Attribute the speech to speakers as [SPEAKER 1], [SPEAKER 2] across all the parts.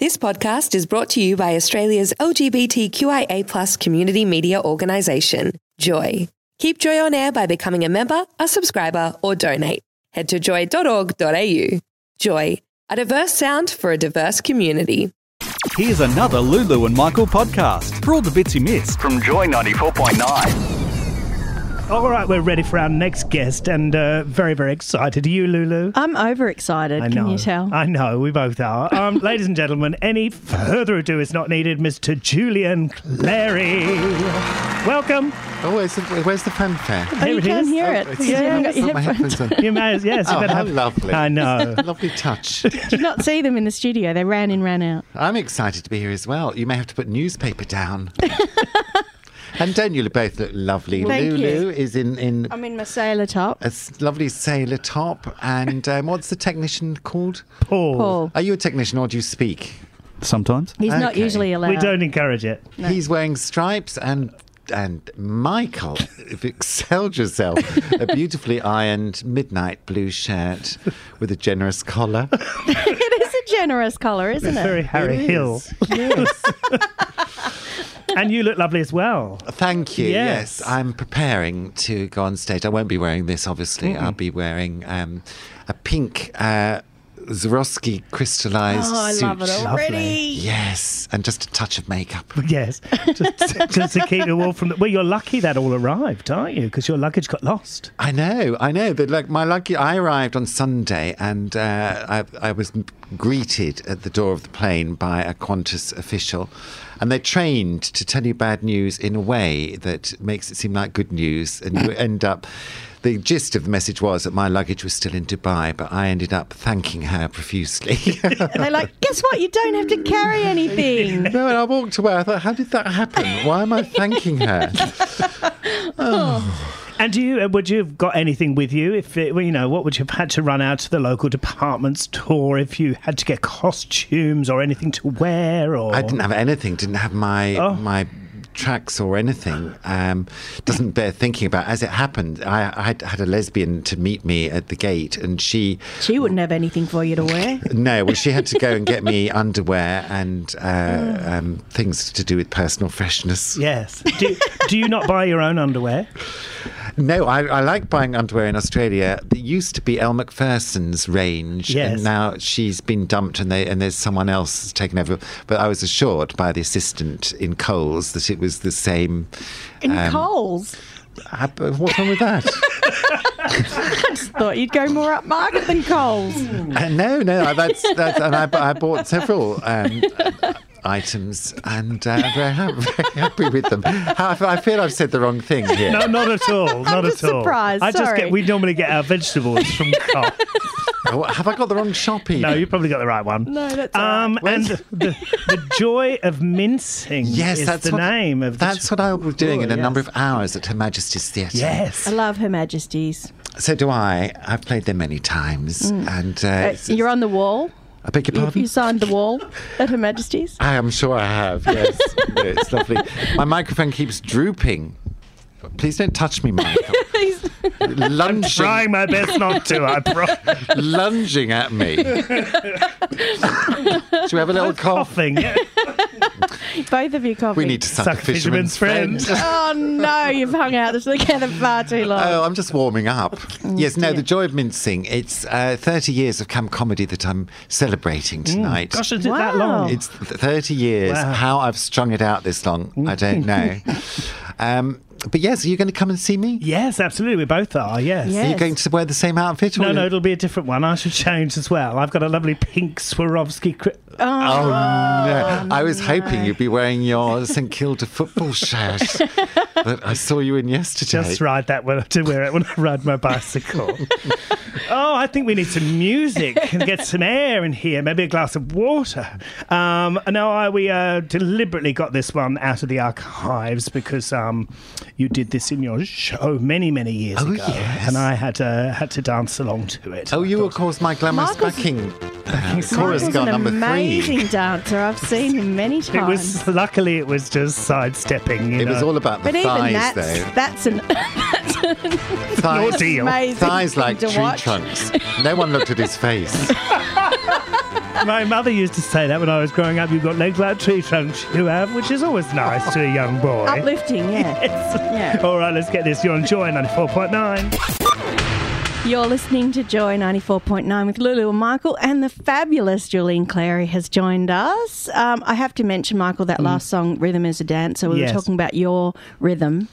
[SPEAKER 1] This podcast is brought to you by Australia's LGBTQIA community media organisation, Joy. Keep Joy on air by becoming a member, a subscriber, or donate. Head to joy.org.au. Joy, a diverse sound for a diverse community.
[SPEAKER 2] Here's another Lulu and Michael podcast for all the bits you missed.
[SPEAKER 3] from Joy 94.9.
[SPEAKER 4] All right, we're ready for our next guest, and uh, very, very excited. Are you, Lulu?
[SPEAKER 5] I'm overexcited.
[SPEAKER 4] I
[SPEAKER 5] Can you tell?
[SPEAKER 4] I know. Uh, We both are. Um, ladies and gentlemen, any further ado is not needed. Mr. Julian Clary, welcome.
[SPEAKER 6] Oh, where's the, where's the fanfare?
[SPEAKER 5] but
[SPEAKER 4] There
[SPEAKER 5] you
[SPEAKER 4] it
[SPEAKER 5] can't
[SPEAKER 4] is.
[SPEAKER 5] hear it.
[SPEAKER 6] Oh,
[SPEAKER 5] You haven't got
[SPEAKER 6] it's not
[SPEAKER 5] your
[SPEAKER 6] my
[SPEAKER 5] headphones.
[SPEAKER 6] headphones on.
[SPEAKER 4] You may, yes, you
[SPEAKER 6] Oh,
[SPEAKER 4] better
[SPEAKER 6] how
[SPEAKER 4] have-
[SPEAKER 6] lovely.
[SPEAKER 4] I know.
[SPEAKER 6] Lovely touch.
[SPEAKER 5] Did not see them in the studio. They ran in, ran out.
[SPEAKER 6] I'm excited to be here as well. You may have to put newspaper down. and don't you both look lovely?
[SPEAKER 5] Thank
[SPEAKER 6] Lulu
[SPEAKER 5] you.
[SPEAKER 6] is in, in
[SPEAKER 5] I'm in my sailor top.
[SPEAKER 6] a s- lovely sailor top. And um, what's the technician called?
[SPEAKER 4] Paul.
[SPEAKER 5] Paul.
[SPEAKER 6] Are you a technician or do you speak?
[SPEAKER 2] Sometimes.
[SPEAKER 5] He's not
[SPEAKER 6] Okay.
[SPEAKER 5] usually allowed.
[SPEAKER 4] We don't encourage it.
[SPEAKER 6] He's wearing stripes and. And Michael, you've excelled yourself. A beautifully ironed midnight blue shirt with a generous collar.
[SPEAKER 5] it is a generous collar, isn't
[SPEAKER 4] Very
[SPEAKER 5] it?
[SPEAKER 4] Harry
[SPEAKER 6] It
[SPEAKER 4] Hill.
[SPEAKER 6] is. Yes.
[SPEAKER 4] And you look lovely as well.
[SPEAKER 6] Thank you.
[SPEAKER 4] Yes.
[SPEAKER 6] Yes. I'm preparing to go on stage. I won't be wearing this, obviously. I'll be wearing um, a pink uh, Swarovski crystallized
[SPEAKER 5] Oh, I
[SPEAKER 6] suit.
[SPEAKER 5] love it already.
[SPEAKER 6] Yes, and just a touch of makeup.
[SPEAKER 4] Yes, just, just to keep the wolf from the. Well, you're lucky that all arrived, aren't you? Because your luggage got lost.
[SPEAKER 6] I know, I know. But like my lucky, I arrived on Sunday, and uh, I, I was m- greeted at the door of the plane by a Qantas official, and they're trained to tell you bad news in a way that makes it seem like good news, and you end up. The gist of the message was that my luggage was still in Dubai, but I ended up thanking her profusely.
[SPEAKER 5] And they're like, guess what? You don't have to carry anything.
[SPEAKER 6] no, and I walked away. I thought, how did that happen? Why am I thanking her?
[SPEAKER 4] And do you uh, would you have got anything with you if it, well, you know what would you have had to run out to the local department store if you had to get costumes or anything to wear or
[SPEAKER 6] I didn't have anything. Didn't have my
[SPEAKER 4] Oh.
[SPEAKER 6] my tracks or anything. Um, doesn't bear thinking about. As it happened, I, I had- had a lesbian to meet me at the gate, and she
[SPEAKER 5] She wouldn't have anything for you to wear.
[SPEAKER 6] no, well, she had to go and get me underwear and uh,
[SPEAKER 4] Mm.
[SPEAKER 6] um, things to do with personal freshness.
[SPEAKER 4] Yes. Do, do you not buy your own underwear?
[SPEAKER 6] No, I, I like buying underwear in Australia. It used to be Elle McPherson's range,
[SPEAKER 4] Yes.
[SPEAKER 6] and now she's been dumped, and they and there's someone else has taken over. But I was assured by the assistant in Coles that it was the same.
[SPEAKER 5] In
[SPEAKER 6] um,
[SPEAKER 5] Coles.
[SPEAKER 6] Uh, but What's wrong with that?
[SPEAKER 5] Thought you'd go more upmarket than Coles.
[SPEAKER 6] Uh, no, no, that's, that's and I, bu- I bought several um, uh, items, and uh, I'm very, ha- very happy with them. I, I feel I've said the wrong thing here.
[SPEAKER 4] No, not at all. Not
[SPEAKER 5] just
[SPEAKER 4] at all.
[SPEAKER 5] surprised,
[SPEAKER 4] I just
[SPEAKER 5] sorry.
[SPEAKER 4] get we normally get our vegetables from Coles.
[SPEAKER 6] Oh, have I got the wrong shop? Even?
[SPEAKER 4] No, you probably got the right one.
[SPEAKER 5] No, that's all right.
[SPEAKER 4] um and the, the joy of mincing
[SPEAKER 6] Yes,
[SPEAKER 4] is
[SPEAKER 6] that's
[SPEAKER 4] the
[SPEAKER 6] what,
[SPEAKER 4] name of the
[SPEAKER 6] That's what I'll be doing in a
[SPEAKER 4] Yes.
[SPEAKER 6] number of hours at Her Majesty's Theatre.
[SPEAKER 5] I
[SPEAKER 4] Yes.
[SPEAKER 5] love Her Majesty's.
[SPEAKER 6] So do I. I've played there many times, and uh,
[SPEAKER 5] Uh,
[SPEAKER 6] it's-
[SPEAKER 5] you're on the wall.
[SPEAKER 6] I beg your
[SPEAKER 5] You,
[SPEAKER 6] pardon.
[SPEAKER 5] you signed the wall at Her Majesty's.
[SPEAKER 6] I am sure I have. Yes, No, it's lovely. My microphone keeps drooping. Please don't touch me, Michael.
[SPEAKER 5] He's-
[SPEAKER 6] Lunging.
[SPEAKER 4] Trying my best not to, I promise.
[SPEAKER 6] lunging at me. Do we have a little cough?
[SPEAKER 4] Coughing. Yeah.
[SPEAKER 5] Both of you coffee.
[SPEAKER 6] We need to suck,
[SPEAKER 4] Suck
[SPEAKER 6] a fisherman's,
[SPEAKER 4] fisherman's friend.
[SPEAKER 6] friend.
[SPEAKER 5] Oh no, you've hung out together far too long.
[SPEAKER 6] Oh, I'm just warming up. yes, no,
[SPEAKER 5] Oh, dear.
[SPEAKER 6] the joy of mincing. It's uh, 30 years of camp comedy that I'm celebrating tonight.
[SPEAKER 4] Mm, Gosh, is it that long?
[SPEAKER 5] Wow.
[SPEAKER 6] It's th- 30 years.
[SPEAKER 4] Wow. Mm.
[SPEAKER 6] How I've strung it out this long, I don't know. um, but yes, are you going to come and see me?
[SPEAKER 4] Yes, absolutely. We both are. Yes.
[SPEAKER 5] Yeah.
[SPEAKER 6] Are you
[SPEAKER 5] Yes.
[SPEAKER 6] going to wear the same outfit? or
[SPEAKER 4] No,
[SPEAKER 6] you-
[SPEAKER 4] no, it'll be a different one. I should change as well. I've got a lovely pink Swarovski. Cri-
[SPEAKER 6] Oh, no. I was hoping you'd be wearing your St Kilda football shirt that I saw you in yesterday.
[SPEAKER 4] Just ride that when I to wear it when I ride my bicycle. oh, I think we need some music and get some air in here. Maybe a glass of water. Um, no, I, we uh, deliberately got this one out of the archives because um, you did this in your show many, many years
[SPEAKER 6] Oh,
[SPEAKER 4] ago,
[SPEAKER 6] yes.
[SPEAKER 4] and I had uh, had to dance along to it.
[SPEAKER 6] Oh, you were, of course, my glamorous
[SPEAKER 5] Michael's-
[SPEAKER 6] backing.
[SPEAKER 5] Michael's
[SPEAKER 6] chorus girl
[SPEAKER 5] an
[SPEAKER 6] number
[SPEAKER 5] amazing
[SPEAKER 6] three.
[SPEAKER 5] dancer. I've seen him many
[SPEAKER 4] It
[SPEAKER 5] times.
[SPEAKER 4] was luckily it was just sidestepping. You
[SPEAKER 6] It
[SPEAKER 4] know.
[SPEAKER 6] was all about the
[SPEAKER 5] but even
[SPEAKER 6] thighs,
[SPEAKER 5] that's
[SPEAKER 6] though.
[SPEAKER 5] that's an
[SPEAKER 6] Thighs,
[SPEAKER 4] ordeal.
[SPEAKER 5] amazing
[SPEAKER 6] thighs
[SPEAKER 5] thing
[SPEAKER 6] like
[SPEAKER 5] to
[SPEAKER 6] tree
[SPEAKER 5] watch.
[SPEAKER 6] trunks. No one looked at his face.
[SPEAKER 4] My mother used to say that when I was growing up. You've got legs like tree trunks, you have, which is always nice to a young boy.
[SPEAKER 5] Uplifting, yeah.
[SPEAKER 4] Yes. All right, let's get this. You're on Joy 94.9.
[SPEAKER 5] You're listening to Joy 94.9 with Lulu and Michael, and the fabulous Julian Clary has joined us. Um, I have to mention, Michael,
[SPEAKER 6] Mm.
[SPEAKER 5] that last song, Rhythm is a Dance. So we
[SPEAKER 4] Yes.
[SPEAKER 5] were talking about your rhythm.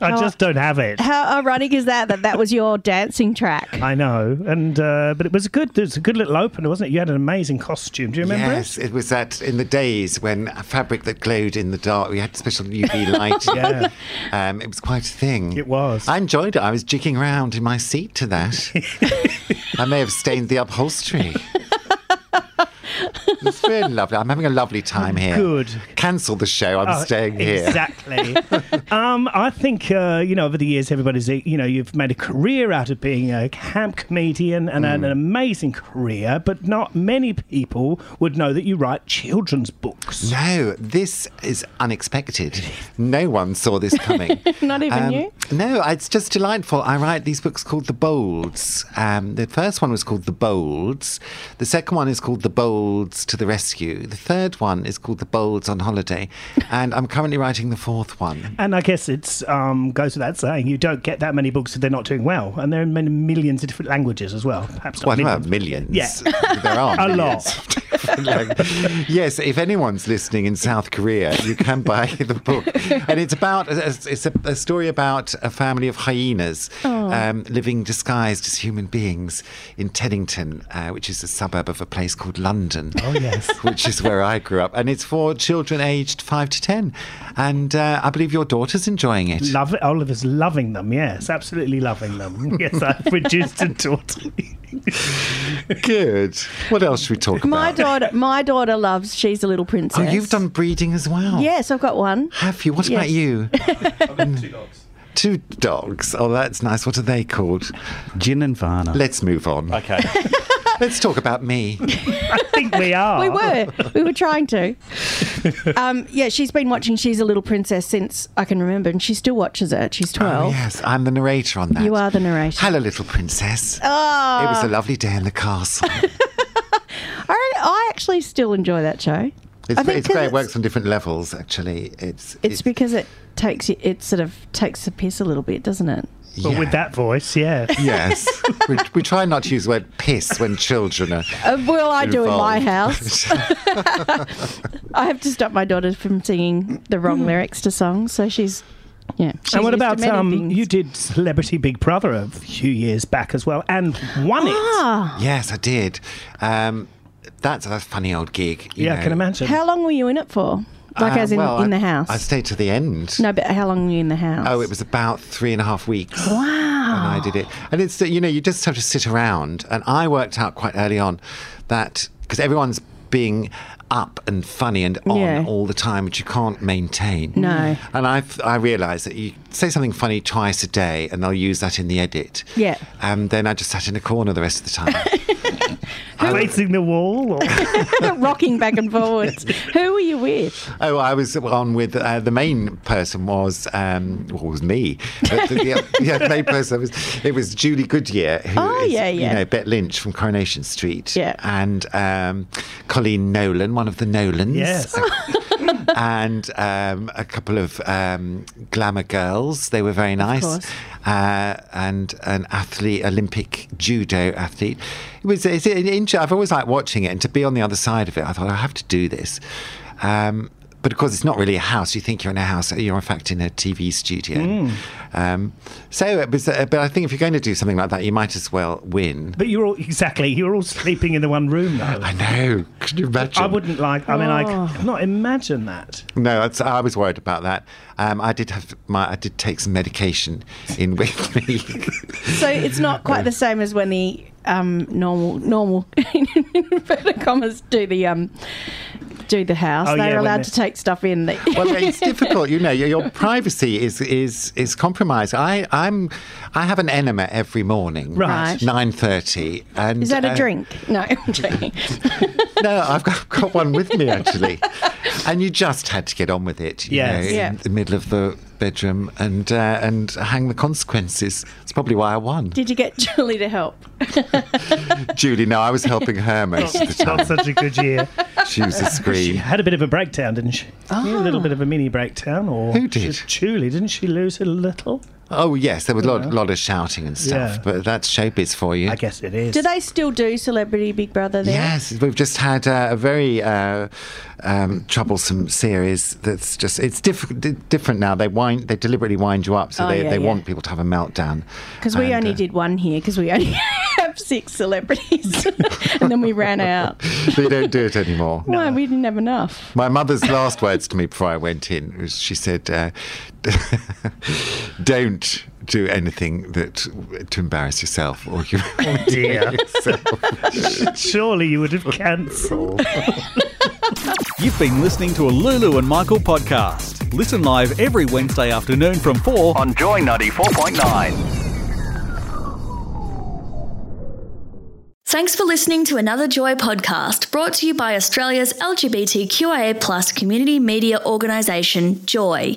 [SPEAKER 4] I
[SPEAKER 5] How-
[SPEAKER 4] just don't have it.
[SPEAKER 5] How ironic is that? That that was your dancing track.
[SPEAKER 4] I know, and uh, but it was a good, it was a good little opener, wasn't it? You had an amazing costume. Do you remember
[SPEAKER 6] yes,
[SPEAKER 4] it?
[SPEAKER 6] it was that in the days when a fabric that glowed in the dark, we had special UV light.
[SPEAKER 4] Yeah.
[SPEAKER 6] um, it was quite a thing.
[SPEAKER 4] It was.
[SPEAKER 6] I enjoyed it. I was jigging around in my seat to that. I may have stained the upholstery. it's really lovely. I'm having a lovely time here.
[SPEAKER 4] Good.
[SPEAKER 6] Cancel the show. I'm
[SPEAKER 4] Oh,
[SPEAKER 6] staying here.
[SPEAKER 4] Exactly. um, I think uh, you know over the years, everybody's uh, you know you've made a career out of being a camp comedian and
[SPEAKER 6] Mm.
[SPEAKER 4] an, an amazing career, but not many people would know that you write children's books.
[SPEAKER 6] No, this is unexpected. No one saw this coming.
[SPEAKER 5] Not even
[SPEAKER 6] Um,
[SPEAKER 5] you?
[SPEAKER 6] No, it's just delightful. I write these books called The Bolds. Um, the first one was called The Bolds. The second one is called The Bolds to the Rescue. The third one is called The Bolds on Holiday. And I'm currently writing the fourth one.
[SPEAKER 4] And I guess it's um, goes without saying you don't get that many books if they're not doing well, and there are many millions of different languages as well. Perhaps not
[SPEAKER 6] Well,
[SPEAKER 4] millions.
[SPEAKER 6] not millions.
[SPEAKER 4] Yeah.
[SPEAKER 6] There are
[SPEAKER 4] A
[SPEAKER 6] millions.
[SPEAKER 4] lot.
[SPEAKER 6] Like, yes, if anyone's listening in South Korea, you can buy the book, and it's about it's a, a story about a family of hyenas
[SPEAKER 5] Oh.
[SPEAKER 6] um, living disguised as human beings in Teddington, uh, which is a suburb of a place called London. Oh yes, which is where I grew up, and it's for children aged five to ten, and uh, I believe your daughter's enjoying it.
[SPEAKER 4] Love it. Oliver's loving them. Yes, absolutely loving them. Yes, I've produced a daughter.
[SPEAKER 6] Good. What else should we talk
[SPEAKER 5] My
[SPEAKER 6] about?
[SPEAKER 5] daughter, my daughter loves. She's a little
[SPEAKER 6] Oh,
[SPEAKER 5] princess.
[SPEAKER 6] you've done breeding as well.
[SPEAKER 5] Yes, I've got one.
[SPEAKER 6] Have you? What
[SPEAKER 5] Yes.
[SPEAKER 6] about you? two dogs. Two dogs. Oh, that's nice. What are they called?
[SPEAKER 7] Gin and Varna.
[SPEAKER 6] Let's move on.
[SPEAKER 7] okay.
[SPEAKER 6] Let's talk about me.
[SPEAKER 4] I think we are.
[SPEAKER 6] Oh.
[SPEAKER 5] We were. We were trying to. Um, yeah, she's been watching She's a Little Princess since I can remember, and she still watches it. She's 12.
[SPEAKER 6] Oh, yes, I'm the narrator on that.
[SPEAKER 5] You are the narrator. Ah,
[SPEAKER 6] Hello, little princess. It was a lovely day in the castle.
[SPEAKER 5] I, I actually still enjoy that show.
[SPEAKER 6] It's,
[SPEAKER 5] I think
[SPEAKER 6] it's great.
[SPEAKER 5] 'cause
[SPEAKER 6] It works on different levels, actually. It's
[SPEAKER 5] It's because it takes you, it sort of takes the piss a little bit, doesn't it?
[SPEAKER 4] But
[SPEAKER 6] yeah.
[SPEAKER 4] with that voice, yeah.
[SPEAKER 6] Yes, we, we try not to use the word piss when children are.
[SPEAKER 5] Uh, well, I do in my
[SPEAKER 6] involved.
[SPEAKER 5] house. I have to stop my daughter from singing the wrong lyrics to songs, so she's yeah. She's
[SPEAKER 4] Hmm. and what
[SPEAKER 5] used to
[SPEAKER 4] about
[SPEAKER 5] many
[SPEAKER 4] um?
[SPEAKER 5] things.
[SPEAKER 4] You did Celebrity Big Brother a few years back as well, and won it.
[SPEAKER 5] Ah.
[SPEAKER 6] yes, I did. Um, that's a funny old gig. you
[SPEAKER 4] yeah, I
[SPEAKER 6] know.
[SPEAKER 4] can imagine.
[SPEAKER 5] How long were you in it for? Like
[SPEAKER 6] Uh,
[SPEAKER 5] as in,
[SPEAKER 6] well,
[SPEAKER 5] in
[SPEAKER 6] I-
[SPEAKER 5] the house?
[SPEAKER 6] I stayed to the end.
[SPEAKER 5] no, but how long were you in the house?
[SPEAKER 6] Oh, it was about three and a half weeks. Wow. When I did it. And it's, that, you know, you just have to sit around. And I worked out quite early on that because everyone's being up and funny and on
[SPEAKER 5] Yeah.
[SPEAKER 6] all the time, which you can't maintain.
[SPEAKER 5] No.
[SPEAKER 6] And I've, I realised that you say something funny twice a day and they'll use that in the edit.
[SPEAKER 5] Yeah.
[SPEAKER 6] And then I just sat in a corner the rest of the time.
[SPEAKER 4] Facing the wall. Or...
[SPEAKER 6] uh,
[SPEAKER 5] rocking back and forwards. Who were you with?
[SPEAKER 6] Oh, I was on with uh, the main person was um, well, was me. But the, the, yeah, the main person was it was Julie Goodyear. Who
[SPEAKER 5] Oh,
[SPEAKER 6] is,
[SPEAKER 5] yeah,
[SPEAKER 6] You
[SPEAKER 5] yeah.
[SPEAKER 6] know, Bet Lynch from Coronation Street.
[SPEAKER 5] Yeah.
[SPEAKER 6] and um, Colleen Nolan, one of the Nolans.
[SPEAKER 4] Yes.
[SPEAKER 6] and um, a couple of um, glamour girls. They were very nice.
[SPEAKER 5] course.
[SPEAKER 6] Uh, and an athlete, Olympic judo athlete. It was. It's an inter- I've always liked watching it, and to be on the other side of it, I thought I have to do this. Um, but of course, it's not really a house. You think you're in a house. You're in fact in a TV studio.
[SPEAKER 4] Hmm.
[SPEAKER 6] Um, so, it was, uh, but I think if you're going to do something like that, you might as well win.
[SPEAKER 4] but you're all exactly. You're all sleeping in the one room though.
[SPEAKER 6] I know. Could you imagine?
[SPEAKER 4] I wouldn't like. I mean, I
[SPEAKER 5] Ah.
[SPEAKER 4] cannot imagine that.
[SPEAKER 6] No, that's, I was worried about that. Um, I did have my, I did take some medication in with me.
[SPEAKER 5] So it's not quite the same as when the um, normal normal in inverted commas do the um, do the house.
[SPEAKER 4] Oh,
[SPEAKER 5] They're
[SPEAKER 4] yeah, when
[SPEAKER 5] allowed
[SPEAKER 4] they-
[SPEAKER 5] to take stuff in. That,
[SPEAKER 6] well, it's difficult, you know. Your, your privacy is is is compromised. I I'm I have an enema every morning,
[SPEAKER 5] Right.
[SPEAKER 6] Nine thirty, and
[SPEAKER 5] is that a
[SPEAKER 6] uh,
[SPEAKER 5] drink? No, I'm joking.
[SPEAKER 6] No, I've got, I've got one with me actually. and you just had to get on with it. You
[SPEAKER 4] Yes.
[SPEAKER 6] know,
[SPEAKER 5] Yeah.
[SPEAKER 6] in the middle of the bedroom and uh, and hang the consequences. It's probably why I won.
[SPEAKER 5] Did you get Julie to help?
[SPEAKER 6] Julie, no, I was helping her most of the
[SPEAKER 4] Not
[SPEAKER 6] time.
[SPEAKER 4] such a good year.
[SPEAKER 6] She was a scream.
[SPEAKER 4] Had a bit of a breakdown, didn't she? A little bit of a mini breakdown, or
[SPEAKER 6] Who did?
[SPEAKER 4] Just Julie, didn't she lose a little?
[SPEAKER 6] Oh yes, there was a lot, lot of shouting and stuff,
[SPEAKER 4] Yeah.
[SPEAKER 6] but that's showbiz for you.
[SPEAKER 4] I guess it is.
[SPEAKER 5] Do they still do Celebrity Big Brother there?
[SPEAKER 6] Yes, we've just had uh, a very uh, um, troublesome series. That's just it's diff- di- different now. They wind, they deliberately wind you up, so
[SPEAKER 5] Oh,
[SPEAKER 6] they,
[SPEAKER 5] yeah,
[SPEAKER 6] they
[SPEAKER 5] yeah.
[SPEAKER 6] want people to have a meltdown.
[SPEAKER 5] Because we
[SPEAKER 6] And,
[SPEAKER 5] only
[SPEAKER 6] uh,
[SPEAKER 5] did one here because we only have six celebrities and then we ran out.
[SPEAKER 6] They don't do it anymore.
[SPEAKER 5] Why? We didn't have enough.
[SPEAKER 6] My mother's last words to me before I went in was she said, uh, "Don't do anything that to embarrass yourself or you."
[SPEAKER 4] Oh dear. Surely you would have cancelled.
[SPEAKER 2] You've been listening to a Lulu and Michael podcast. Listen live every Wednesday afternoon from 4
[SPEAKER 3] on Joy 94.9.
[SPEAKER 7] Thanks for listening to another Joy podcast brought to you by Australia's LGBTQIA plus community media organisation, Joy.